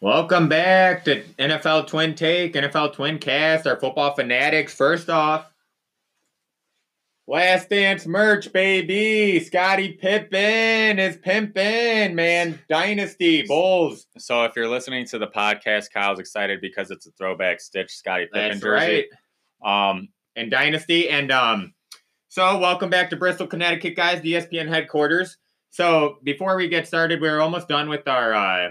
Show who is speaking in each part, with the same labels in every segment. Speaker 1: Welcome back to NFL Twin Take, NFL Twin Cast, our football fanatics. First off, last dance merch, baby. Scotty Pippen is pimping, man. Dynasty Bulls.
Speaker 2: So if you're listening to the podcast, Kyle's excited because it's a throwback Stitch Scotty Pippen
Speaker 1: That's right.
Speaker 2: jersey. Um,
Speaker 1: And Dynasty. And um, so welcome back to Bristol, Connecticut, guys, the E ESPN headquarters. So before we get started, we're almost done with our uh,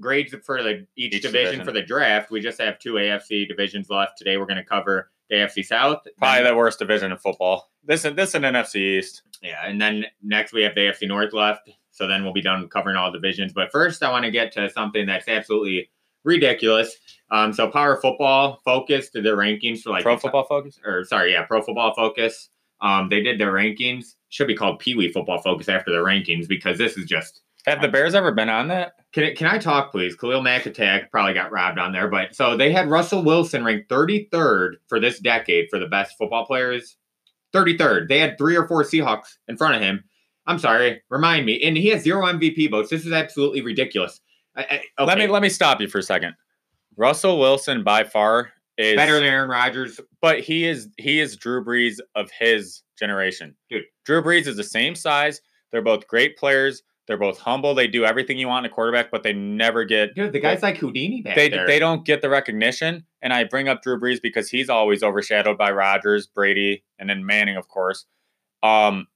Speaker 1: grades for the each,
Speaker 2: Each
Speaker 1: division,
Speaker 2: division.
Speaker 1: for the draft. We just have two AFC divisions left. Today we're going to cover the AFC South.
Speaker 2: probably the worst division in football. This and this and NFC East.
Speaker 1: Yeah, and then next we have the AFC North left. So then we'll be done covering all divisions. But first, I want to get to something that's absolutely ridiculous. Um, so Power Football focused the rankings for like
Speaker 2: Pro
Speaker 1: the-
Speaker 2: Football Focus.
Speaker 1: or sorry, yeah, Pro Football Focus. Um, they did their rankings. Should be called Pee Wee Football Focus after the rankings because this is just.
Speaker 2: Have the Bears ever been on that?
Speaker 1: Can I- can I talk, please? Khalil Mack attack probably got robbed on there, but so they had Russell Wilson ranked 33rd for this decade for the best football players. 33rd. They had three or four Seahawks in front of him. I'm sorry, remind me. And he has zero MVP votes. This is absolutely ridiculous. I, I, okay.
Speaker 2: Let me let me stop you for a second. Russell Wilson by far is
Speaker 1: better than Aaron Rodgers.
Speaker 2: but he is he is Drew Brees of his generation.
Speaker 1: Dude.
Speaker 2: Drew Brees is the same size. They're both great players. They're both humble. They do everything you want in a quarterback, but they never get
Speaker 1: Dude, the guy's like Houdini back
Speaker 2: they
Speaker 1: there.
Speaker 2: they don't get the recognition. And I bring up Drew Brees because he's always overshadowed by Rodgers, Brady, and then Manning, of course. Um,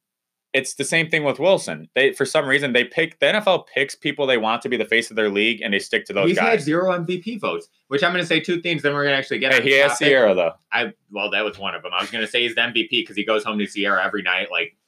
Speaker 2: it's the same thing with Wilson. They for some reason they pick the NFL picks people they want to be the face of their league, and they stick to those
Speaker 1: He's had
Speaker 2: guys.
Speaker 1: zero MVP votes, which I'm going to say two things, then we're going to actually get
Speaker 2: Hey,
Speaker 1: on the
Speaker 2: he has
Speaker 1: topic.
Speaker 2: Sierra though.
Speaker 1: I well, that was one of them. I was gonna say he's the MVP because he goes home to Sierra every night. Like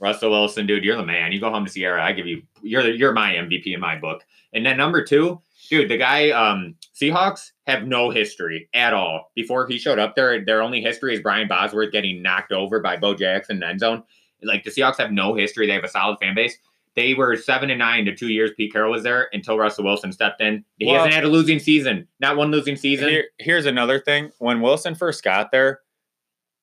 Speaker 1: Russell Wilson, dude, you're the man. You go home to Sierra. I give you you're the, you're my MVP in my book. And then number two, dude, the guy um Seahawks have no history at all. Before he showed up there, their only history is Brian Bosworth getting knocked over by Bo Jackson in the end zone. Like the Seahawks have no history. They have a solid fan base. They were seven and nine to two years. Pete Carroll was there until Russell Wilson stepped in. He
Speaker 2: Well-
Speaker 1: hasn't had a losing season. Not one losing season.
Speaker 2: Here, here's another thing. When Wilson first got there,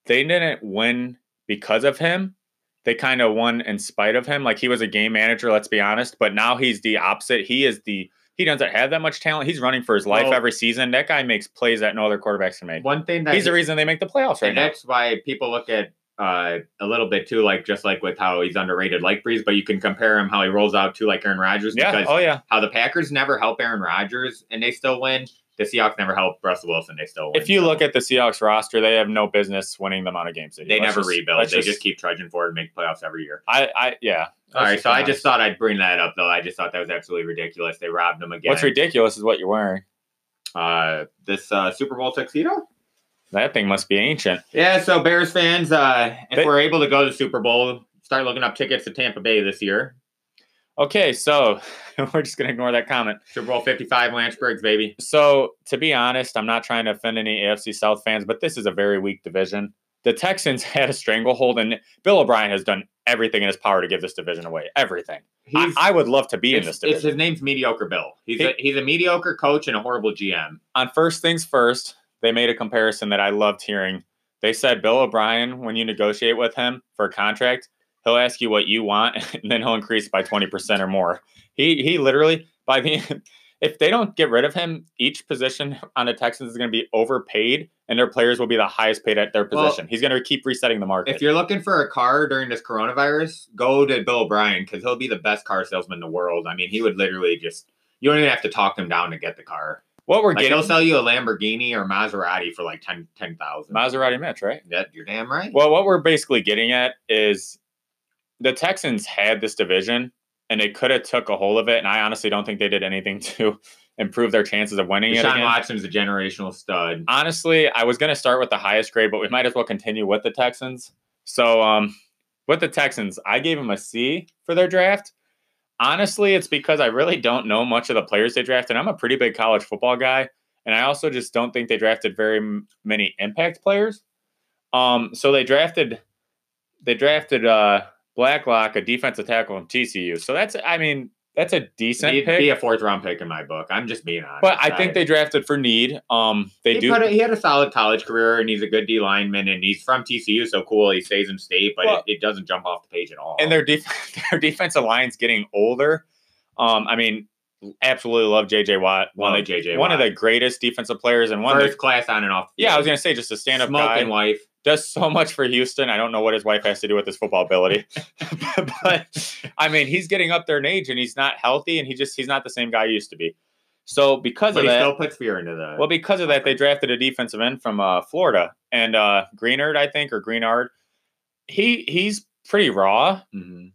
Speaker 2: they didn't win because of him. They kind of won in spite of him. Like he was a game manager, let's be honest. But now he's the opposite. He is the he doesn't have that much talent. He's running for his life
Speaker 1: Well-
Speaker 2: every season. That guy makes plays that no other quarterbacks can make.
Speaker 1: One thing that
Speaker 2: He's the reason they make the playoffs right
Speaker 1: and
Speaker 2: now.
Speaker 1: that's why people look at uh, a little bit too, like just like with how he's underrated, like Breeze, but you can compare him how he rolls out to like Aaron Rodgers
Speaker 2: Yeah.
Speaker 1: because
Speaker 2: Oh yeah.
Speaker 1: how the Packers never help Aaron Rodgers and they still win. The Seahawks never help Russell Wilson, they still win.
Speaker 2: If you
Speaker 1: So
Speaker 2: look at the Seahawks roster, they have no business winning the amount of games. do.
Speaker 1: they
Speaker 2: Let's
Speaker 1: never
Speaker 2: just-
Speaker 1: rebuild,
Speaker 2: let's
Speaker 1: they just, keep trudging forward and make playoffs every year.
Speaker 2: I, I yeah.
Speaker 1: All
Speaker 2: Let's
Speaker 1: right, so
Speaker 2: be
Speaker 1: I
Speaker 2: honest.
Speaker 1: just thought I'd bring that up though. I just thought that was absolutely ridiculous. They robbed him again.
Speaker 2: what's ridiculous is what you're wearing.
Speaker 1: uh, this uh, Super Bowl tuxedo?
Speaker 2: That thing must be ancient.
Speaker 1: Yeah, so Bears fans, uh, if
Speaker 2: They-
Speaker 1: we're able to go to the Super Bowl, start looking up tickets to Tampa Bay this year.
Speaker 2: Okay, so we're just gonna ignore that comment.
Speaker 1: Super Bowl 55, Lance Briggs, baby.
Speaker 2: So to be honest, I'm not trying to offend any AFC South fans, but this is a very weak division. The Texans had a stranglehold, and Bill O'Brien has done everything in his power to give this division away. Everything. I,
Speaker 1: He's,
Speaker 2: I would love to be in
Speaker 1: it's,
Speaker 2: this
Speaker 1: it's-
Speaker 2: division.
Speaker 1: his name's Mediocre Bill. He's a, he's a mediocre coach and a horrible GM.
Speaker 2: On first things first, they made a comparison that I loved hearing. They said Bill O'Brien, when you negotiate with him for a contract, he'll ask you what you want, and then he'll increase by twenty percent or more. He he literally by the if they don't get rid of him, each position on the Texans is going to be overpaid, and their players will be the highest paid at their
Speaker 1: Well,
Speaker 2: position. He's going to keep resetting the market.
Speaker 1: If you're looking for a car during this coronavirus, go to Bill O'Brien because he'll be the best car salesman in the world. I mean, he would literally just, you don't even have to talk him down to get the car.
Speaker 2: what we're
Speaker 1: Like,
Speaker 2: getting
Speaker 1: he'll sell you a Lamborghini or Maserati for like 10 10000
Speaker 2: Maserati Mitch, right?
Speaker 1: That You're damn right.
Speaker 2: Well, what we're basically getting at is the Texans had this division and they could have took a hold of it. And I honestly don't think they did anything to improve their chances of winning it.
Speaker 1: Deshaun
Speaker 2: Again.
Speaker 1: Watson's a generational stud.
Speaker 2: Honestly, I was going to start with the highest grade, but we might as well continue with the Texans. So, um, with the Texans, I gave them a C for their draft. Honestly, it's because I really don't know much of the players they drafted. I'm a pretty big college football guy, and I also just don't think they drafted very m- many impact players. Um, so they drafted they drafted uh Blacklock, a defensive tackle from TCU. So that's I mean, that's a decent
Speaker 1: He'd
Speaker 2: pick.
Speaker 1: be a fourth round pick in my book. I'm just being honest.
Speaker 2: but I think they drafted for need. Um they
Speaker 1: he,
Speaker 2: do
Speaker 1: put a- he had a solid college career, and he's a good D lineman, and he's from TCU, so cool. He stays in state, but
Speaker 2: Well-
Speaker 1: it, it doesn't jump off the page at all.
Speaker 2: and their def- their defensive line's getting older. Um, I mean, absolutely love JJ Watt. One
Speaker 1: One
Speaker 2: of
Speaker 1: of JJ.
Speaker 2: the, one of
Speaker 1: Watt.
Speaker 2: the greatest defensive players and one of
Speaker 1: first
Speaker 2: the,
Speaker 1: class on and off. the
Speaker 2: yeah, I was
Speaker 1: field.
Speaker 2: gonna say just a stand up guy.
Speaker 1: smoking wife.
Speaker 2: does so much for Houston. I don't know what his wife has to do with his football ability, but I mean, he's getting up there in age and he's not healthy, and he just he's not the same guy he used to be. So because
Speaker 1: But
Speaker 2: of
Speaker 1: he
Speaker 2: that,
Speaker 1: still puts fear into the.
Speaker 2: well, because of that, they drafted a defensive end from uh, Florida and uh, Greenard, I think, or Greenard. He he's pretty raw
Speaker 1: Mhm.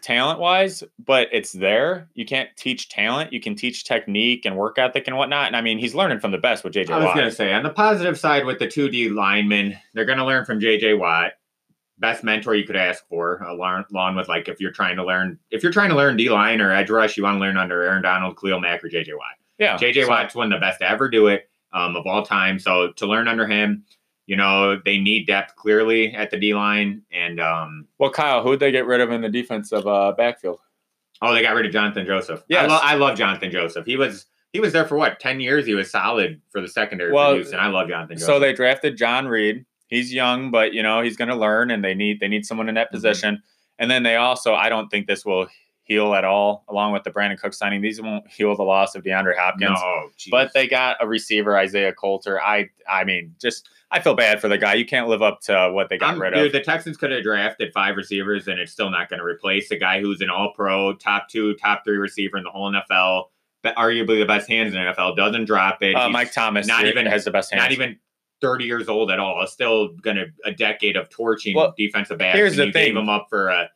Speaker 2: talent wise, but it's there. You can't teach talent. You can teach technique and work ethic and whatnot. And I mean, he's learning from the best with JJ
Speaker 1: I was
Speaker 2: Watt.
Speaker 1: gonna say on the positive side with the two D linemen, they're gonna learn from JJ Watt. Best mentor you could ask for, along, along with like if you're trying to learn if you're trying to learn D line or edge rush, you want to learn under Aaron Donald, Khalil Mack, or JJ Watt.
Speaker 2: yeah,
Speaker 1: JJ
Speaker 2: so-
Speaker 1: Watt's one of the best to ever do it um, of all time. So to learn under him, you know, they need depth clearly at the D line. And um,
Speaker 2: Well, Kyle, who'd they get rid of in the defensive uh, backfield?
Speaker 1: oh, they got rid of Jonathan Joseph. I,
Speaker 2: Yes.
Speaker 1: lo- I love Jonathan Joseph. He was he was there for what ten years. He was solid for the secondary
Speaker 2: Well,
Speaker 1: for Houston. I love Jonathan. Joseph.
Speaker 2: So they drafted John Reed. He's young, but you know he's going to learn, and they need they need someone in that
Speaker 1: Mhm.
Speaker 2: position. And then they also, I don't think this will heal at all. Along with the Brandon Cook signing, these won't heal the loss of DeAndre Hopkins.
Speaker 1: no, geez.
Speaker 2: But they got a receiver, Isaiah Coulter. I I mean, just I feel bad for the guy. You can't live up to what they got
Speaker 1: I'm-
Speaker 2: rid
Speaker 1: dude,
Speaker 2: of.
Speaker 1: the Texans could have drafted five receivers, and it's still not going to replace a guy who's an All Pro, top two, top three receiver in the whole NFL, but arguably the best hands in the NFL. Doesn't drop it.
Speaker 2: Uh,
Speaker 1: He's-
Speaker 2: Mike Thomas
Speaker 1: not
Speaker 2: not even
Speaker 1: even-
Speaker 2: has the best hands.
Speaker 1: not even 30 years old at all. Still gonna a decade of torching
Speaker 2: Well,
Speaker 1: defensive backs.
Speaker 2: here's
Speaker 1: and
Speaker 2: the
Speaker 1: you
Speaker 2: thing.
Speaker 1: Gave him up for a,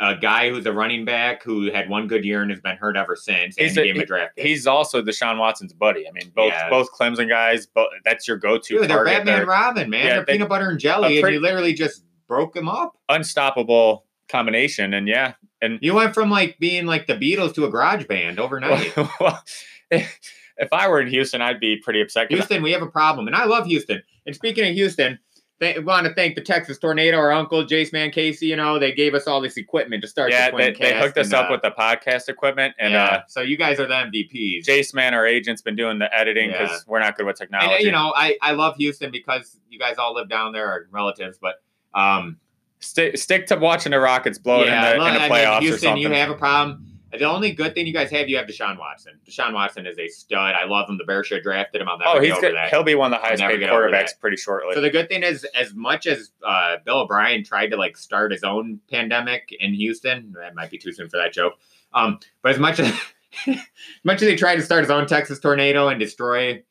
Speaker 1: a guy who's a running back who had one good year and has been hurt ever since. And
Speaker 2: He's
Speaker 1: you
Speaker 2: a-
Speaker 1: gave him a draft. pick.
Speaker 2: He's also Deshaun Watson's buddy. I mean, both
Speaker 1: Yeah.
Speaker 2: both Clemson guys. Both, that's your go-to
Speaker 1: Dude, they're
Speaker 2: target.
Speaker 1: Batman
Speaker 2: there.
Speaker 1: and Robin, man.
Speaker 2: Yeah,
Speaker 1: they're
Speaker 2: they-
Speaker 1: peanut butter and jelly,
Speaker 2: a
Speaker 1: and
Speaker 2: pretty-
Speaker 1: you literally just broke them up.
Speaker 2: unstoppable combination. And yeah,
Speaker 1: You went from like being like the Beatles to a garage band overnight.
Speaker 2: well, if I were in Houston, I'd be pretty upset. 'cause
Speaker 1: Houston, we have a problem, and I love Houston. And speaking of Houston, they want to thank the Texas Tornado, our uncle Jace Man Casey. You know, they gave us all this equipment to start.
Speaker 2: yeah,
Speaker 1: the
Speaker 2: they, they
Speaker 1: Twincast,
Speaker 2: hooked us
Speaker 1: and,
Speaker 2: up
Speaker 1: uh,
Speaker 2: with the podcast equipment, and
Speaker 1: yeah.
Speaker 2: uh,
Speaker 1: so you guys are the MVPs.
Speaker 2: Jace Man, our agent's been doing the editing because
Speaker 1: Yeah.
Speaker 2: we're not good with
Speaker 1: and,
Speaker 2: technology.
Speaker 1: uh, you know, I, I love Houston because you guys all live down there, or relatives, but um,
Speaker 2: stick stick to watching the Rockets blow it
Speaker 1: yeah,
Speaker 2: in the, in the
Speaker 1: I mean,
Speaker 2: playoffs or
Speaker 1: Houston,
Speaker 2: something.
Speaker 1: you have a problem. The only good thing you guys have, you have Deshaun Watson. Deshaun Watson is a stud. I love him. The Bears should have drafted him. I'll never
Speaker 2: oh,
Speaker 1: get
Speaker 2: he's
Speaker 1: over
Speaker 2: good.
Speaker 1: that.
Speaker 2: He'll be one of the highest
Speaker 1: never
Speaker 2: paid
Speaker 1: get over
Speaker 2: quarterbacks
Speaker 1: that.
Speaker 2: pretty shortly.
Speaker 1: So the good thing is, as much as uh, Bill O'Brien tried to like start his own pandemic in Houston, that might be too soon for that joke. Um, but as much as as much as he tried to start his own Texas tornado and destroy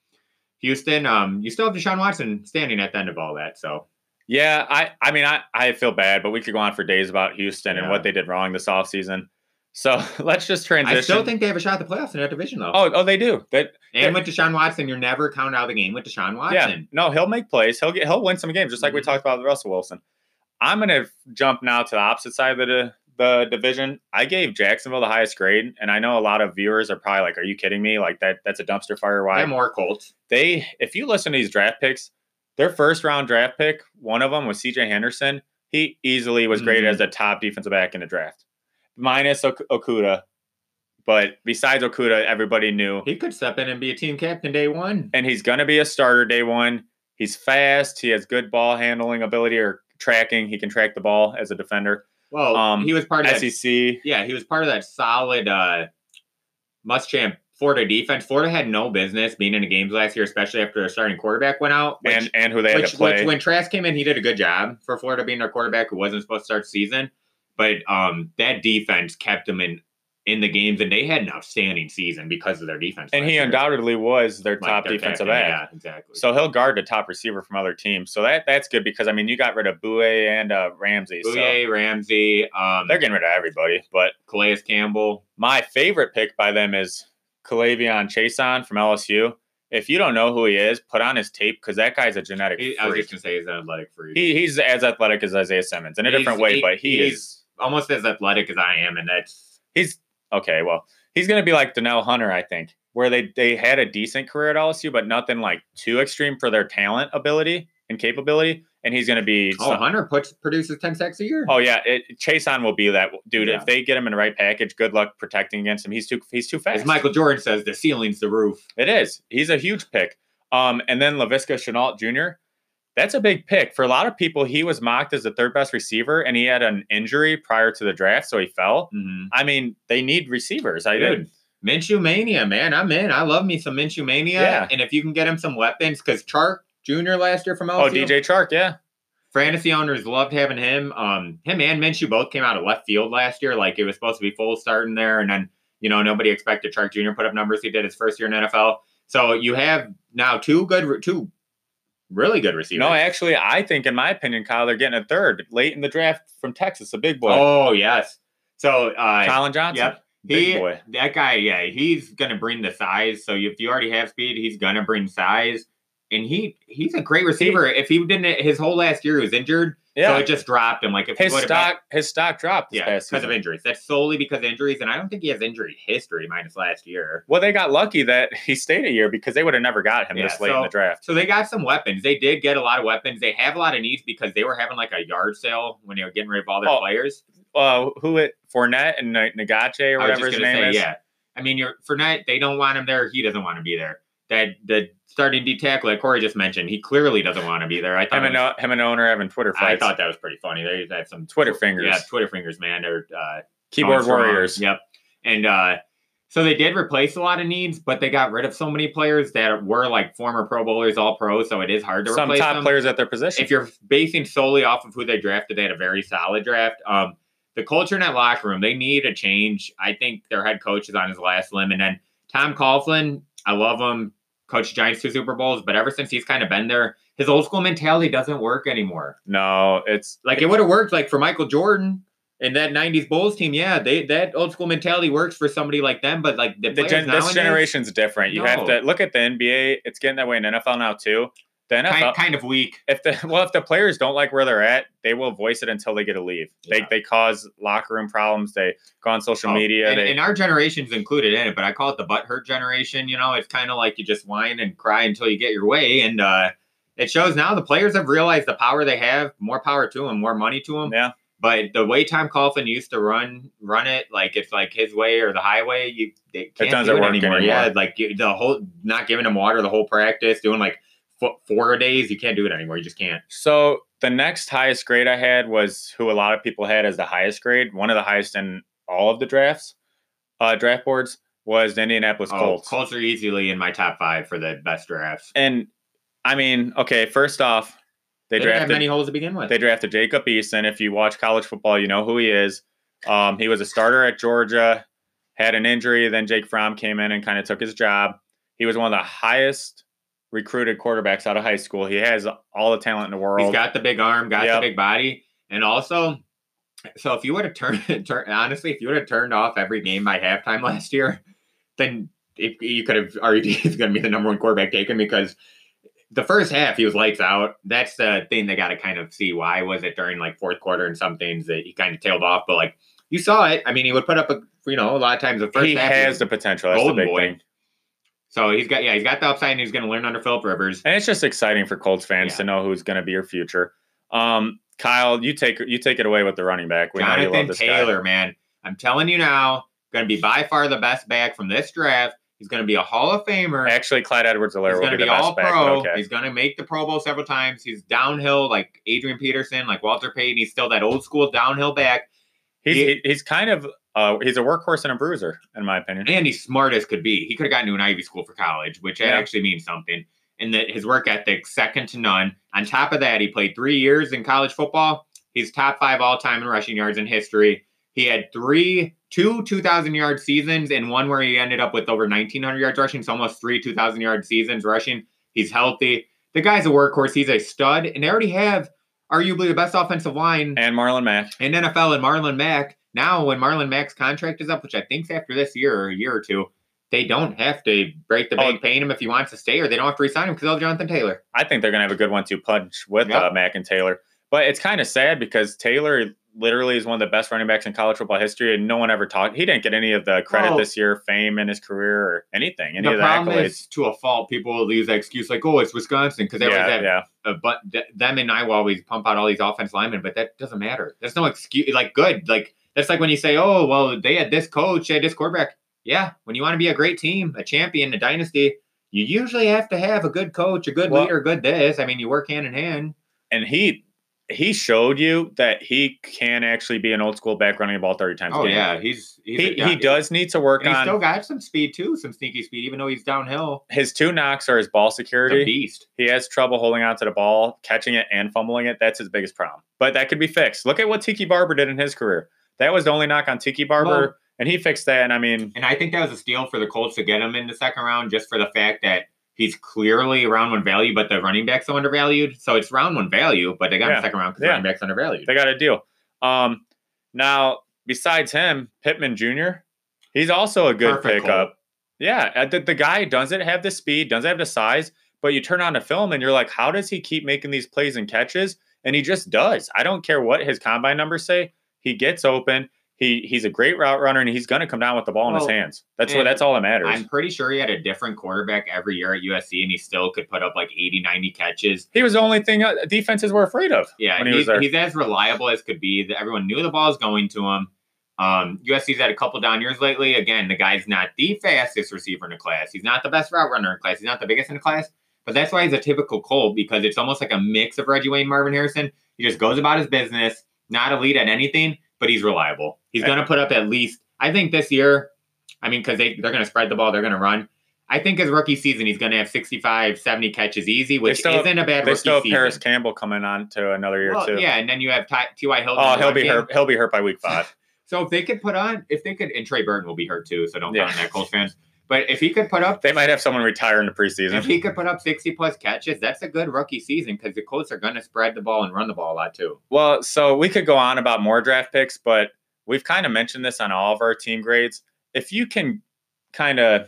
Speaker 1: Houston, um, you still have Deshaun Watson standing at the end of all that. So
Speaker 2: yeah, I I mean I I feel bad, but we could go on for days about Houston and
Speaker 1: Yeah.
Speaker 2: what they did wrong this offseason. So let's just transition.
Speaker 1: I still think they have a shot at the playoffs in that division, though.
Speaker 2: oh oh they do that
Speaker 1: and with Deshaun Watson, you're never counting out of the game with Deshaun
Speaker 2: Yeah,
Speaker 1: Watson.
Speaker 2: no, he'll make plays. He'll get he'll win some games, just like we
Speaker 1: Mhm.
Speaker 2: talked about with Russell Wilson. I'm gonna f- jump now to the opposite side of the the division. I gave Jacksonville the highest grade, and I know a lot of viewers are probably like, "Are you kidding me? Like that that's a dumpster fire." Why
Speaker 1: And more Colts.
Speaker 2: they? If you listen to these draft picks, their first round draft pick, one of them was C.J. Henderson. He easily was graded
Speaker 1: Mhm.
Speaker 2: as a top defensive back in the draft, minus Ok- Okuda. But besides Okuda, everybody knew
Speaker 1: He could step in and be a team captain day one.
Speaker 2: and he's going to be a starter day one. He's fast. He has good ball handling ability or tracking. He can track the ball as a defender.
Speaker 1: Well,
Speaker 2: Um,
Speaker 1: he was part of that
Speaker 2: SEC.
Speaker 1: yeah, he was part of that solid uh Muschamp Florida defense. Florida had no business being in the games last year, especially after their starting quarterback went out. Which,
Speaker 2: and, and who they had
Speaker 1: which,
Speaker 2: to play.
Speaker 1: which when Trask came in, he did a good job for Florida being their quarterback who wasn't supposed to start the season. But um that defense kept him in in the games, and they had an outstanding season because of their defense.
Speaker 2: and
Speaker 1: last
Speaker 2: he
Speaker 1: year.
Speaker 2: undoubtedly was their
Speaker 1: Like,
Speaker 2: top
Speaker 1: their captain,
Speaker 2: defensive back.
Speaker 1: Yeah, exactly.
Speaker 2: So he'll guard the top receiver from other teams. So that that's good because I mean you got rid of Boue and uh, Ramsey. So
Speaker 1: Bouye, Ramsey, um,
Speaker 2: they're getting rid of everybody. But
Speaker 1: Calais Campbell.
Speaker 2: my favorite pick by them is Calavion Chason from LSU. If you don't know who he is, put on his tape because that guy's a genetic.
Speaker 1: He-
Speaker 2: freak.
Speaker 1: I was just gonna say he's an athletic freak.
Speaker 2: He, he's as athletic as Isaiah Simmons in a
Speaker 1: He's-
Speaker 2: different way,
Speaker 1: he-
Speaker 2: but he
Speaker 1: he's-
Speaker 2: is
Speaker 1: Almost as athletic as I am, and that's
Speaker 2: he's okay. Well, he's going to be like Donnell Hunter, I think, where they they had a decent career at LSU, but nothing like too extreme for their talent ability and capability. And he's going to be
Speaker 1: Oh,
Speaker 2: some-
Speaker 1: Hunter puts produces ten sacks a year.
Speaker 2: oh yeah, it, Chase on will be that dude.
Speaker 1: Yeah.
Speaker 2: If they get him in the right package, good luck protecting against him. He's too he's too fast.
Speaker 1: as Michael Jordan says, the ceiling's the roof.
Speaker 2: It is. He's a huge pick. Um, and then Lavisca Chenault Jr. That's a big pick for a lot of people. He was mocked as the third best receiver, and he had an injury prior to the draft, so he fell.
Speaker 1: Mhm.
Speaker 2: I mean, they need receivers. I
Speaker 1: Dude,
Speaker 2: did.
Speaker 1: Minshew Mania, man. I'm in. I love me some Minshew Mania.
Speaker 2: Yeah.
Speaker 1: And if you can get him some weapons, because Chark Jr. last year from LSU.
Speaker 2: Oh, DJ Chark, yeah.
Speaker 1: Fantasy owners loved having him. Um, him and Minshew both came out of left field last year. Like it was supposed to be full starting there, and then you know nobody expected Chark Jr. put up numbers he did his first year in NFL. So you have now two good, two really good receivers.
Speaker 2: No, actually, I think, in my opinion, Kyle, they're getting a third late in the draft from Texas, a big boy.
Speaker 1: oh yes. So uh,
Speaker 2: Colin Johnson.
Speaker 1: Yep.
Speaker 2: Big
Speaker 1: He-
Speaker 2: boy.
Speaker 1: That guy, yeah, he's gonna bring the size. So if you already have speed, he's gonna bring size. And he he's a great receiver. if he didn't, his whole last year he was injured, so
Speaker 2: Yeah.
Speaker 1: it just dropped him. Like if he
Speaker 2: his
Speaker 1: would've
Speaker 2: stock his stock dropped
Speaker 1: been,
Speaker 2: this
Speaker 1: yeah,
Speaker 2: past
Speaker 1: because of
Speaker 2: season.
Speaker 1: injuries. That's solely because of injuries, and I don't think he has injury history minus last year.
Speaker 2: Well, they got lucky that he stayed a year because they would have never got him
Speaker 1: Yeah,
Speaker 2: this late in
Speaker 1: so-
Speaker 2: the draft.
Speaker 1: So they got some weapons. They did get a lot of weapons. They have a lot of needs because they were having like a yard sale when they were getting rid of all their
Speaker 2: Oh,
Speaker 1: players.
Speaker 2: Uh, who it Fournette and N- Nagache or
Speaker 1: I was
Speaker 2: whatever his
Speaker 1: just gonna
Speaker 2: name is.
Speaker 1: say, Yeah. I mean, you're Fournette. They don't want him there. He doesn't want to be there. That the starting D tackle that Corey just mentioned, he clearly doesn't want to be there. I thought.
Speaker 2: Him and, o- him and owner having Twitter
Speaker 1: Um, I
Speaker 2: fights.
Speaker 1: thought that was pretty funny. They had some
Speaker 2: Twitter fingers.
Speaker 1: Yeah, Twitter fingers, man. They're uh, going
Speaker 2: Keyboard
Speaker 1: strong.
Speaker 2: warriors.
Speaker 1: Yep. And uh, so they did replace a lot of needs, but they got rid of so many players that were like former Pro Bowlers, all pros. So it is hard to
Speaker 2: Some
Speaker 1: replace
Speaker 2: top
Speaker 1: them
Speaker 2: players at their position.
Speaker 1: if you're basing solely off of who they drafted, they had a very solid draft. Um, the culture in that locker room, they need a change. I think their head coach is on his last limb. And then Tom Coughlin, I love him. Coach Giants two Super Bowls, but ever since he's kind of been there, his old school mentality doesn't work anymore.
Speaker 2: No, it's
Speaker 1: Like it would have worked like for Michael Jordan and that '90s Bulls team. Yeah, they that old school mentality works for somebody like them, but like the,
Speaker 2: the
Speaker 1: players
Speaker 2: gen- this
Speaker 1: nowadays,
Speaker 2: generation's different. You have
Speaker 1: No.
Speaker 2: to look at the NBA. It's getting that way in NFL now too. The NFL,
Speaker 1: kind, kind of weak.
Speaker 2: if the well, if the players don't like where they're at, they will voice it until they get a leave.
Speaker 1: Yeah.
Speaker 2: They they cause locker room problems. They go on social
Speaker 1: Oh,
Speaker 2: media.
Speaker 1: And,
Speaker 2: they,
Speaker 1: and our generation's included in it, but I call it the butthurt generation. You know, it's kind of like you just whine and cry until you get your way. And uh, it shows now the players have realized the power they have, more power to them, more money to them.
Speaker 2: yeah,
Speaker 1: But the way Tom Coughlin used to run run it, like it's like his way or the highway, you they can't
Speaker 2: doesn't
Speaker 1: do it
Speaker 2: work
Speaker 1: anymore.
Speaker 2: anymore.
Speaker 1: Yeah, like you- the whole not giving them water the whole practice, doing like fo- four days, you can't do it anymore. You just can't.
Speaker 2: So the next highest grade I had was who a lot of people had as the highest grade, one of the highest in all of the drafts, uh, draft boards, was the Indianapolis
Speaker 1: Oh,
Speaker 2: Colts.
Speaker 1: Colts are easily in my top five for the best drafts.
Speaker 2: And I mean, okay, first off, they,
Speaker 1: They, didn't have
Speaker 2: drafted
Speaker 1: many holes to begin with.
Speaker 2: they drafted Jacob Eason. If you watch college football, you know who he is. Um, he was a starter at Georgia, had an injury, then Jake Fromm came in and kind of took his job. He was one of the highest recruited quarterbacks out of high school. He has all the talent in the world.
Speaker 1: He's got the big arm, got
Speaker 2: Yep.
Speaker 1: the big body, and also, so if you would have turned, turn, honestly, if you would have turned off every game by halftime last year, then if you could have already he's going to be the number one quarterback taken because the first half he was lights out. That's the thing they got to kind of see why was it during like fourth quarter and some things that he kind of tailed off, but like you saw it. I mean, he would put up a you know a lot of times the first
Speaker 2: he
Speaker 1: half he
Speaker 2: has
Speaker 1: was-
Speaker 2: the potential. That's the
Speaker 1: Golden
Speaker 2: big
Speaker 1: boy.
Speaker 2: thing.
Speaker 1: so he's got yeah he's got the upside and he's going to learn under Philip Rivers.
Speaker 2: And it's just exciting for Colts fans
Speaker 1: Yeah.
Speaker 2: to know who's going to be your future. Um, Kyle, you take you take it away with the running back. We know you love
Speaker 1: Jonathan
Speaker 2: this
Speaker 1: Taylor, man. I'm telling you now, going to be by far the best back from this draft. He's going to be a Hall of Famer.
Speaker 2: guy. Actually, Clyde Edwards-Helaire
Speaker 1: He's
Speaker 2: will
Speaker 1: going
Speaker 2: be
Speaker 1: to be
Speaker 2: the
Speaker 1: all
Speaker 2: best back.
Speaker 1: pro.
Speaker 2: But okay.
Speaker 1: He's going to make the Pro Bowl several times. He's downhill like Adrian Peterson, like Walter Payton. He's still that old school downhill back,
Speaker 2: He's
Speaker 1: he-
Speaker 2: he, he's kind of uh, he's a workhorse and a bruiser, in my opinion.
Speaker 1: and he's smart as could be. He could have gotten to an Ivy school for college, which that
Speaker 2: Yeah.
Speaker 1: actually means something. And that his work ethic second to none. On top of that, he played three years in college football. He's top five all time in rushing yards in history. He had three, two 2,000 yard seasons, and one where he ended up with over 1,900 yards rushing. So almost three 2,000 yard seasons rushing. He's healthy. The guy's a workhorse. He's a stud. And they already have arguably the best offensive line
Speaker 2: And Marlon Mack.
Speaker 1: in NFL and Marlon Mack. Now, when Marlon Mack's contract is up, which I think's after this year or a year or two, they don't have to break
Speaker 2: Oh,
Speaker 1: the bank, paying him if he wants to stay, or they don't have to resign him because of Jonathan Taylor.
Speaker 2: I think they're going to have a good one-two punch with
Speaker 1: Yep.
Speaker 2: uh, Mack and Taylor. But it's kind of sad because Taylor literally is one of the best running backs in college football history, and no one ever talked. He didn't get any of the credit
Speaker 1: Well-
Speaker 2: this year, fame in his career, or anything, any
Speaker 1: the
Speaker 2: of the
Speaker 1: problem
Speaker 2: accolades.
Speaker 1: is, to a fault, people will use that excuse like, "Oh, it's Wisconsin," because they always
Speaker 2: yeah,
Speaker 1: have
Speaker 2: yeah.
Speaker 1: uh, but th- them and I will always pump out all these offense linemen, but that doesn't matter. There's no excuse. Like good, like that's like when you say, "Oh, well, they had this coach, they had this quarterback." Yeah, when you want to be a great team, a champion, a dynasty, you usually have to have a good coach, a good
Speaker 2: Well-
Speaker 1: leader, a good this. I mean, you work hand in hand.
Speaker 2: and he he showed you that he can actually be an old school back running the ball 30 times
Speaker 1: Oh
Speaker 2: a game.
Speaker 1: yeah, he's, he's
Speaker 2: He,
Speaker 1: a young-
Speaker 2: he does need to work
Speaker 1: And he's
Speaker 2: on
Speaker 1: still got some speed too, some sneaky speed, even though he's downhill.
Speaker 2: his two knocks are his ball
Speaker 1: He's a
Speaker 2: security.
Speaker 1: beast.
Speaker 2: He has trouble holding on to the ball, catching it, and fumbling it. That's his biggest problem. But that could be fixed. Look at what Tiki Barber did in his career. That was the only knock on Tiki Barber,
Speaker 1: Well-
Speaker 2: and he fixed that. And I mean,
Speaker 1: And I think that was a steal for the Colts to get him in the second round, just for the fact that he's clearly round one value, but the running backs are undervalued. So it's round one value, but they got
Speaker 2: Yeah.
Speaker 1: him second round because
Speaker 2: Yeah.
Speaker 1: running backs undervalued.
Speaker 2: they got a deal. Um, now, besides him, Pittman Jr., he's also a good
Speaker 1: Perfect
Speaker 2: pickup. Yeah, uh, the, the guy doesn't have the speed, doesn't have the size, but you turn on the film and you're like, how does he keep making these plays and catches? And he just does. I don't care what his combine numbers say. He gets open. He he's a great route runner, and he's going to come down with the ball in his
Speaker 1: Well,
Speaker 2: hands. That's what.
Speaker 1: and
Speaker 2: That's all that matters.
Speaker 1: I'm pretty sure he had a different quarterback every year at USC, and he still could put up like 80, 90 catches.
Speaker 2: he was the only thing uh, defenses were afraid of.
Speaker 1: Yeah,
Speaker 2: When he
Speaker 1: he's,
Speaker 2: was there.
Speaker 1: he's as reliable as could be. That Everyone knew the ball was going to him. Um, USC's had a couple down years lately. Again, the guy's not the fastest receiver in the class. He's not the best route runner in class. He's not the biggest in the class. But that's why he's a typical Colt because it's almost like a mix of Reggie Wayne, Marvin Harrison. He just goes about his business, not elite at anything, but he's reliable. He's
Speaker 2: Yeah.
Speaker 1: going to put up at least, I think this year, I mean, because they, they're going to spread the ball, they're going to run. I think his rookie season, he's going to have 65, 70 catches easy, which
Speaker 2: still have-
Speaker 1: isn't a bad
Speaker 2: They
Speaker 1: rookie
Speaker 2: still have
Speaker 1: season.
Speaker 2: Paris Campbell coming on to another year
Speaker 1: Well,
Speaker 2: too.
Speaker 1: yeah, and then you have Ty- T.Y. Hilton.
Speaker 2: Oh,
Speaker 1: in
Speaker 2: he'll
Speaker 1: one
Speaker 2: be
Speaker 1: game.
Speaker 2: hurt. He'll be hurt by week five.
Speaker 1: So if they could put on, if they could, and Trey Burton will be hurt too, so don't
Speaker 2: Yeah.
Speaker 1: count on that, Colts fans. But if he could put up,
Speaker 2: They might have someone retire in the preseason.
Speaker 1: if he could put up sixty plus catches, that's a good rookie season because the Colts are going to spread the ball and run the ball a lot too.
Speaker 2: Well, so we could go on about more draft picks, but we've kind of mentioned this on all of our team grades. If you can kind of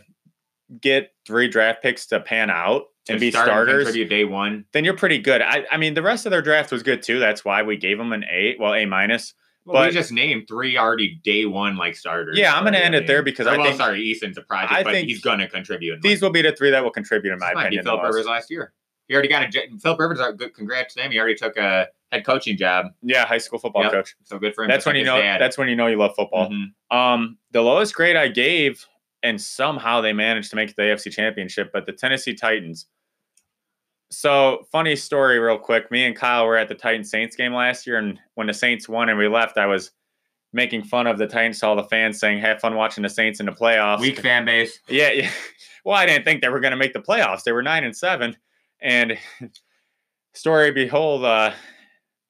Speaker 2: get three draft picks to pan out and
Speaker 1: To
Speaker 2: be
Speaker 1: start
Speaker 2: starters,
Speaker 1: contribute day one.
Speaker 2: then you're pretty good. I, I mean, the rest of their draft was good too. That's why we gave them an A, well, A minus.
Speaker 1: Well,
Speaker 2: But-
Speaker 1: we just named three already day one like starters.
Speaker 2: Yeah, I'm gonna
Speaker 1: already,
Speaker 2: end
Speaker 1: I
Speaker 2: it there
Speaker 1: mean.
Speaker 2: because
Speaker 1: Or,
Speaker 2: I
Speaker 1: well,
Speaker 2: think-
Speaker 1: sorry, Eason's a project,
Speaker 2: I
Speaker 1: but
Speaker 2: think
Speaker 1: he's going to contribute. in
Speaker 2: These
Speaker 1: like,
Speaker 2: will be the three that will contribute, in
Speaker 1: this
Speaker 2: my
Speaker 1: might
Speaker 2: opinion.
Speaker 1: be
Speaker 2: the
Speaker 1: Philip
Speaker 2: most.
Speaker 1: Rivers last year. He already got a j- Philip Rivers. uh, Good, congrats to him. He already took a head coaching job,
Speaker 2: Yeah, high school football
Speaker 1: Yep.
Speaker 2: coach.
Speaker 1: so good for him.
Speaker 2: That's
Speaker 1: just like
Speaker 2: when you
Speaker 1: his
Speaker 2: know.
Speaker 1: dad.
Speaker 2: That's when you know you love football.
Speaker 1: Mhm.
Speaker 2: Um, the lowest grade I gave, and somehow they managed to make the AFC Championship, but the Tennessee Titans. So, funny story, real quick. Me and Kyle were at the Titans Saints game last year, and when the Saints won and we left, I was making fun of the Titans to all the fans, saying, "Have fun watching the Saints in the playoffs."
Speaker 1: Weak fan base.
Speaker 2: Yeah, yeah. Well, I didn't think they were going to make the playoffs. They were nine and seven, and story behold, uh,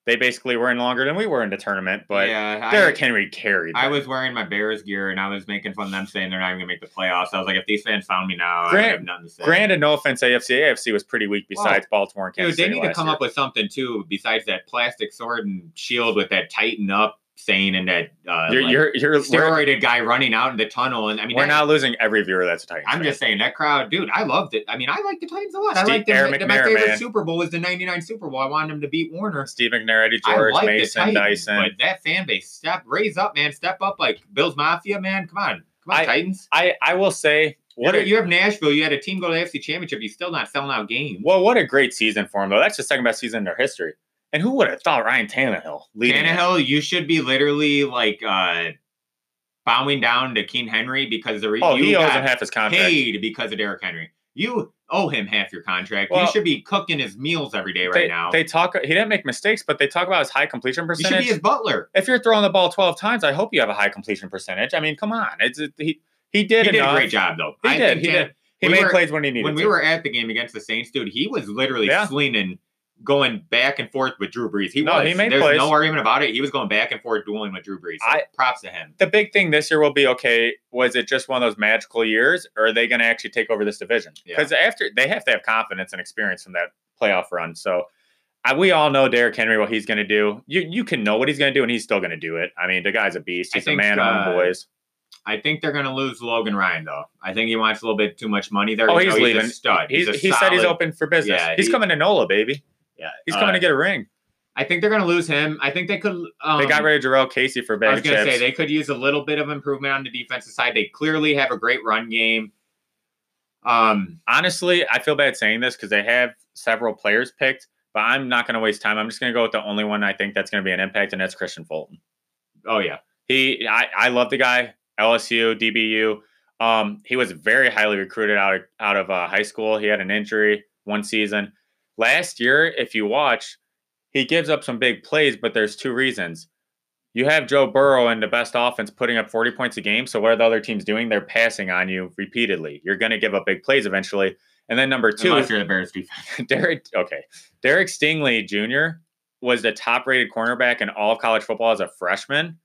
Speaker 2: they basically were in longer than we were in the tournament. But
Speaker 1: yeah,
Speaker 2: Derrick
Speaker 1: I,
Speaker 2: Henry carried.
Speaker 1: I
Speaker 2: them.
Speaker 1: was wearing my Bears gear and I was making fun of them saying they're not even gonna make the playoffs. I was like, if these fans found me now, I
Speaker 2: Grant-
Speaker 1: would have nothing to say.
Speaker 2: Granted, no offense, AFC. AFC was pretty weak besides Baltimore and
Speaker 1: Dude,
Speaker 2: Kansas
Speaker 1: they
Speaker 2: City
Speaker 1: need to
Speaker 2: last
Speaker 1: come
Speaker 2: year.
Speaker 1: up with something too besides that plastic sword and shield with that tighten up saying and that uh,
Speaker 2: You're,
Speaker 1: like,
Speaker 2: you're, you're, we're,
Speaker 1: steroided guy running out in the tunnel. And I mean,
Speaker 2: we're
Speaker 1: that-
Speaker 2: now losing every viewer that's a Titans.
Speaker 1: I'm
Speaker 2: fan.
Speaker 1: just saying that crowd, dude. I loved it. I mean, I like the Titans a lot. I
Speaker 2: Steve-
Speaker 1: like them.
Speaker 2: Aaron
Speaker 1: My-
Speaker 2: McNair,
Speaker 1: My favorite
Speaker 2: man.
Speaker 1: Super Bowl was the '99 Super Bowl. I wanted them to beat Warner.
Speaker 2: Steve McNair, Eddie
Speaker 1: I
Speaker 2: George,
Speaker 1: like the
Speaker 2: Mason,
Speaker 1: Titans,
Speaker 2: Dyson.
Speaker 1: But that fan base, step, raise up, man. Step up like Bills Mafia, man. Come on. Come on,
Speaker 2: I-
Speaker 1: Titans.
Speaker 2: I, I will say,
Speaker 1: What
Speaker 2: what a,
Speaker 1: you have Nashville. You had a team go to the AFC Championship. You're still not selling out games.
Speaker 2: well, what a great season for him though. That's the second best season in their history. And who would have thought Ryan Tannehill leading? it?
Speaker 1: Tannehill, you should be literally like uh bowing down to King Henry because the re-
Speaker 2: Oh,
Speaker 1: you
Speaker 2: he owes him
Speaker 1: got
Speaker 2: half his contract.
Speaker 1: paid because of Derrick Henry. You owe him half your contract.
Speaker 2: Well,
Speaker 1: you should be cooking his meals every day right
Speaker 2: they,
Speaker 1: now.
Speaker 2: they talk. He didn't make mistakes, but they talk about his high completion
Speaker 1: you should
Speaker 2: percentage.
Speaker 1: be his butler.
Speaker 2: if you're throwing the ball 12 times, I hope you have a high completion percentage. I mean, come on. It's it, he he did,
Speaker 1: He did a
Speaker 2: enough.
Speaker 1: great job though.
Speaker 2: He
Speaker 1: I
Speaker 2: did.
Speaker 1: think
Speaker 2: He
Speaker 1: Tan-
Speaker 2: did. He
Speaker 1: We
Speaker 2: made
Speaker 1: were-
Speaker 2: plays when he needed
Speaker 1: when
Speaker 2: to.
Speaker 1: we were at the game against the Saints, dude, he was literally
Speaker 2: Yeah.
Speaker 1: slinging, going back and forth with Drew Brees. He
Speaker 2: No,
Speaker 1: was.
Speaker 2: he made
Speaker 1: There's
Speaker 2: plays.
Speaker 1: no argument about it. He was going back and forth dueling with Drew Brees. So
Speaker 2: I-
Speaker 1: props to him.
Speaker 2: the big thing this year will be okay. Was it just one of those magical years, or are they going to actually take over this division?
Speaker 1: Yeah.
Speaker 2: Because after they have to have confidence and experience from that playoff run. So I, we all know Derrick Henry what he's going to do. You you can know what he's going to do, and he's still going to do it. I mean, the guy's a beast.
Speaker 1: I
Speaker 2: He's a
Speaker 1: think,
Speaker 2: man among
Speaker 1: uh,
Speaker 2: boys.
Speaker 1: I think they're going to lose Logan Ryan though. I think he wants a little bit too much money there.
Speaker 2: Oh,
Speaker 1: even
Speaker 2: he's
Speaker 1: though
Speaker 2: leaving.
Speaker 1: a stud.
Speaker 2: He's,
Speaker 1: a
Speaker 2: he said he's
Speaker 1: solid-
Speaker 2: open for business.
Speaker 1: Yeah,
Speaker 2: he's
Speaker 1: he-
Speaker 2: coming to Nola, baby.
Speaker 1: Yeah,
Speaker 2: He's
Speaker 1: uh,
Speaker 2: coming to get a ring.
Speaker 1: I think they're going to lose him. I think they could. Um,
Speaker 2: They got rid of Jarrell Casey for
Speaker 1: I
Speaker 2: bad
Speaker 1: was
Speaker 2: chips.
Speaker 1: going to say they could use a little bit of improvement on the defensive side. They clearly have a great run game. Um,
Speaker 2: honestly, I feel bad saying this because they have several players picked, but I'm not going to waste time. I'm just going to go with the only one I think that's going to be an impact, and that's Christian Fulton.
Speaker 1: oh yeah,
Speaker 2: He, I, I love the guy. LSU, DBU. Um, he was very highly recruited out of out of uh, high school. He had an injury one season last year. If you watch, he gives up some big plays, but there's two reasons. You have Joe Burrow and the best offense putting up 40 points a game. So what are the other teams doing? They're passing on you repeatedly. You're going to give up big plays eventually. And then number two,
Speaker 1: Unless you're the Bears defense.
Speaker 2: Derek. Okay, Derek Stingley Jr. was the top-rated cornerback in all of college football as a freshman,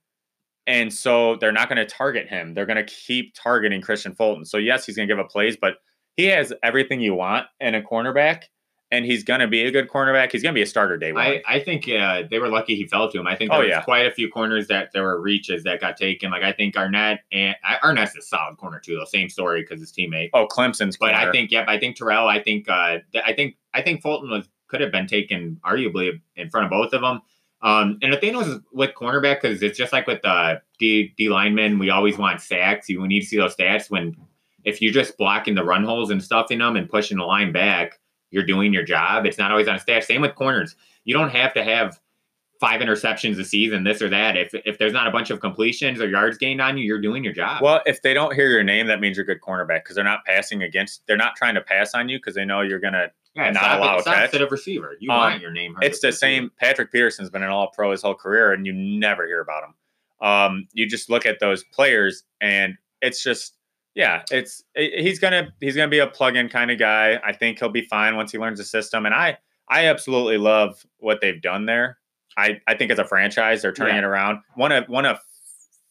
Speaker 2: and so they're not going to target him. They're going to keep targeting Christian Fulton. So yes, he's going to give up plays, but he has everything you want in a cornerback, and he's going to be a good cornerback. He's going to be a starter day one.
Speaker 1: I, I think uh, they were lucky he fell to him. I think there
Speaker 2: Oh,
Speaker 1: was
Speaker 2: yeah.
Speaker 1: quite a few corners that there were reaches that got taken. Like I think Arnett and I- Arnett's a solid corner too. though. Same story because his teammate.
Speaker 2: oh, Clemson's
Speaker 1: But I
Speaker 2: corner.
Speaker 1: think yep. I think Terrell. I think uh, th- I think I think Fulton was could have been taken arguably in front of both of them. Um, and the thing was with cornerback because it's just like with uh, D D linemen, we always want sacks. You we need to see those stats when if you're just blocking the run holes and stuffing them and pushing the line back, you're doing your job. It's not always on a stat. Same with corners. You don't have to have five interceptions a season, this or that. If if there's not a bunch of completions or yards gained on you, you're doing your job.
Speaker 2: Well, if they don't hear your name, that means you're a good cornerback because they're not passing against. They're not trying to pass on you because they know you're going to
Speaker 1: yeah,
Speaker 2: not
Speaker 1: stop,
Speaker 2: allow a
Speaker 1: stop
Speaker 2: catch.
Speaker 1: instead of receiver. You
Speaker 2: Um,
Speaker 1: want your name. heard
Speaker 2: it's the
Speaker 1: as receiver.
Speaker 2: same. Patrick Peterson's been an All Pro his whole career, and you never hear about him. Um, you just look at those players, and it's just, yeah, it's i- he's gonna he's gonna be a plug in kind of guy. I think he'll be fine once he learns the system, and I I absolutely love what they've done there. I I think as a franchise, they're turning
Speaker 1: Yeah.
Speaker 2: it around. One of one of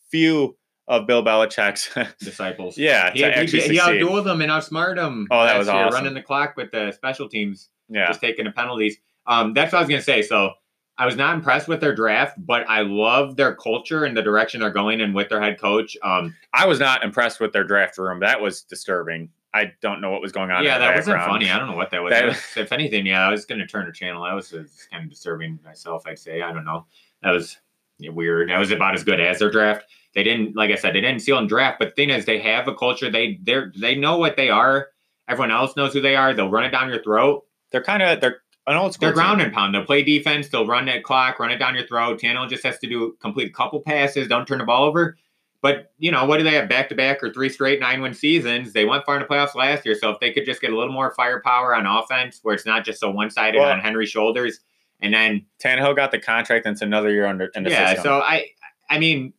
Speaker 2: few of Bill Belichick's,
Speaker 1: disciples.
Speaker 2: yeah,
Speaker 1: He,
Speaker 2: to actually
Speaker 1: he, he
Speaker 2: succeed.
Speaker 1: outdueled them and outsmarted them.
Speaker 2: Oh, that was
Speaker 1: last year,
Speaker 2: awesome.
Speaker 1: Running the clock with the special teams,
Speaker 2: yeah.
Speaker 1: just taking the penalties. Um, that's what I was gonna say. So I was not impressed with their draft, but I love their culture and the direction they're going and with their head coach. Um,
Speaker 2: I was not impressed with their draft room. That was disturbing. I don't know what was going on.
Speaker 1: yeah,
Speaker 2: in the
Speaker 1: that wasn't
Speaker 2: background.
Speaker 1: funny. I don't know what that was.
Speaker 2: That-
Speaker 1: If- if anything, yeah, I was gonna turn the channel. I was, uh, kind of disturbing myself. I'd say I don't know. That was weird. That was about as good as their draft. They didn't, like I said, they didn't seal and draft. But the thing is, they have a culture. They they are they know what they are. Everyone else knows who they are. They'll run it down your throat.
Speaker 2: They're kind of they're an old school.
Speaker 1: They're
Speaker 2: team.
Speaker 1: ground and pound. They'll play defense. They'll run that clock, run it down your throat. Tannehill just has to do complete a couple passes. Don't turn the ball over. But you know what do they have back to back or three straight nine win seasons? They went far in the playoffs last year, so if they could just get a little more firepower on offense, where it's not just so one sided
Speaker 2: Well-
Speaker 1: on Henry's shoulders, and then
Speaker 2: Tannehill got the contract, and it's another year under. In the
Speaker 1: yeah.
Speaker 2: system.
Speaker 1: So I, I mean,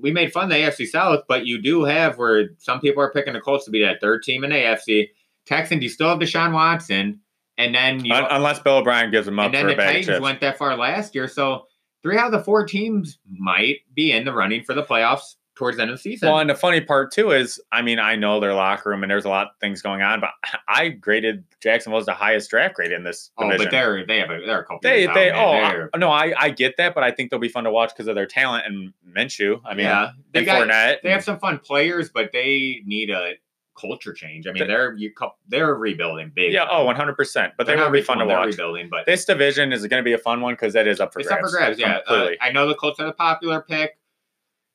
Speaker 1: we made fun of the AFC South, but you do have where some people are picking the Colts to be that third team in the AFC. Texans, you still have Deshaun Watson, and then you
Speaker 2: Un- unless Bill O'Brien gives him up
Speaker 1: and then
Speaker 2: for
Speaker 1: the
Speaker 2: a bag of
Speaker 1: Titans
Speaker 2: chips.
Speaker 1: went that far last year. So three out of the four teams might be in the running for the playoffs towards the end of the season.
Speaker 2: well, and the funny part too is, I mean, I know their locker room and there's a lot of things going on, but I graded Jacksonville as the highest draft grade in this
Speaker 1: oh,
Speaker 2: division.
Speaker 1: but they're they have a they're a couple.
Speaker 2: they,
Speaker 1: years out,
Speaker 2: they,
Speaker 1: man.
Speaker 2: oh, I-
Speaker 1: They're-
Speaker 2: no, I, I get that, but I think they'll be fun to watch because of their talent and Minshew. I mean,
Speaker 1: yeah, they
Speaker 2: and
Speaker 1: got
Speaker 2: Fournette.
Speaker 1: they have some fun players, but they need a culture change. I mean,
Speaker 2: They-
Speaker 1: they're you cou- they're rebuilding big.
Speaker 2: yeah,
Speaker 1: time.
Speaker 2: oh, 100%. But they
Speaker 1: They're
Speaker 2: will
Speaker 1: not
Speaker 2: be fun to
Speaker 1: rebuilding, they're
Speaker 2: watch.
Speaker 1: rebuilding, but
Speaker 2: This division is going to be a fun one because that is up for
Speaker 1: it's up
Speaker 2: grabs.
Speaker 1: for grabs. Yeah, uh,
Speaker 2: completely.
Speaker 1: I know the Colts are the popular pick.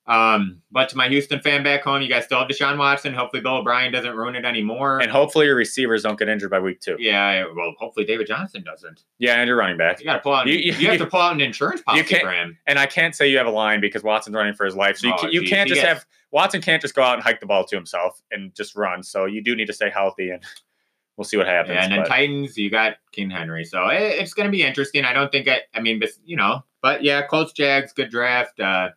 Speaker 1: Um, but to my Houston fan back home, you guys still have Deshaun Watson. Hopefully, Bill O'Brien doesn't ruin it anymore.
Speaker 2: and hopefully your receivers don't get injured by week two.
Speaker 1: yeah, well, hopefully David Johnson doesn't.
Speaker 2: Yeah, and your running back.
Speaker 1: You gotta pull out.
Speaker 2: You-
Speaker 1: You,
Speaker 2: you-
Speaker 1: have to pull out an insurance policy
Speaker 2: can't-
Speaker 1: for him.
Speaker 2: And I can't say you have a line because Watson's running for his life. So you,
Speaker 1: Oh,
Speaker 2: ca- you
Speaker 1: geez.
Speaker 2: can't
Speaker 1: He
Speaker 2: just
Speaker 1: gets-
Speaker 2: have Watson can't just go out and hike the ball to himself and just run. So you do need to stay healthy, and we'll see what happens.
Speaker 1: and then
Speaker 2: but-
Speaker 1: Titans, you got King Henry. So it, it's gonna be interesting. I don't think I. I mean, but, you know, but yeah, Colts, Jags, good draft. Uh,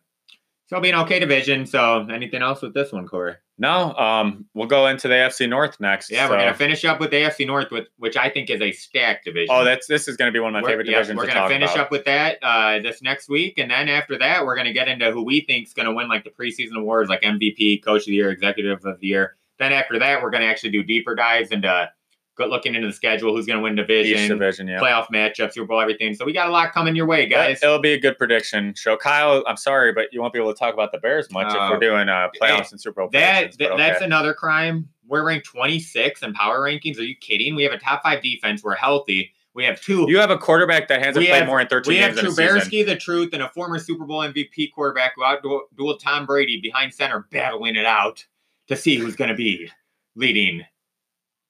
Speaker 1: so it'll be an okay division. So anything else with this one, Corey?
Speaker 2: no, um, we'll go into the AFC North next.
Speaker 1: Yeah, we're
Speaker 2: so-
Speaker 1: gonna finish up with the AFC North, with, which I think is a stacked division.
Speaker 2: Oh, that's this is going to be one of my
Speaker 1: We're-
Speaker 2: favorite
Speaker 1: yeah,
Speaker 2: divisions
Speaker 1: We're
Speaker 2: to
Speaker 1: gonna
Speaker 2: talk
Speaker 1: finish
Speaker 2: about.
Speaker 1: up with that uh, this next week, and then after that, we're gonna get into who we think's gonna win like the preseason awards, like MVP, Coach of the Year, Executive of the Year. Then after that, we're gonna actually do deeper dives into go- looking into the schedule, who's gonna win
Speaker 2: Each
Speaker 1: division,
Speaker 2: division, yeah.
Speaker 1: playoff matchups, Super Bowl, everything. So we got a lot coming your way,
Speaker 2: But
Speaker 1: guys.
Speaker 2: It'll be a good prediction show. Kyle, I'm sorry, but you won't be able to talk about the Bears much if
Speaker 1: Oh.
Speaker 2: we're doing uh, playoffs
Speaker 1: Hey,
Speaker 2: and Super Bowl. predictions,
Speaker 1: That,
Speaker 2: but
Speaker 1: that that's
Speaker 2: okay.
Speaker 1: another crime. We're ranked 26 in power rankings. Are you kidding? We have a top five defense. We're healthy. We have two.
Speaker 2: you have a quarterback that hasn't
Speaker 1: We
Speaker 2: played
Speaker 1: have-
Speaker 2: more than 13
Speaker 1: We have
Speaker 2: games in a season.
Speaker 1: Trubersky, the truth, and a former Super Bowl MVP quarterback who outdueled Tom Brady behind center, battling it out to see who's going to be leading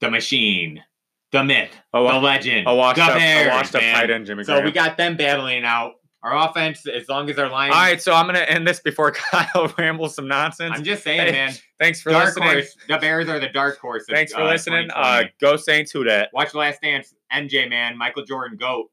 Speaker 1: the machine, the myth,
Speaker 2: Oh,
Speaker 1: the legend,
Speaker 2: A washed
Speaker 1: the
Speaker 2: up,
Speaker 1: Bears,
Speaker 2: a washed up
Speaker 1: man.
Speaker 2: tight end, Jimmy
Speaker 1: So
Speaker 2: Graham.
Speaker 1: we got them battling it out. Our offense, as long as our line,
Speaker 2: All right, so I'm gonna end this before Kyle rambles some nonsense.
Speaker 1: I'm just saying,
Speaker 2: Hey,
Speaker 1: man.
Speaker 2: Thanks for
Speaker 1: dark
Speaker 2: listening.
Speaker 1: horse. The Bears are the dark horse. of,
Speaker 2: Thanks for
Speaker 1: uh,
Speaker 2: listening. Uh,
Speaker 1: 2020.
Speaker 2: go Saints, who that?
Speaker 1: Watch Last Dance. MJ, man. Michael Jordan, GOAT.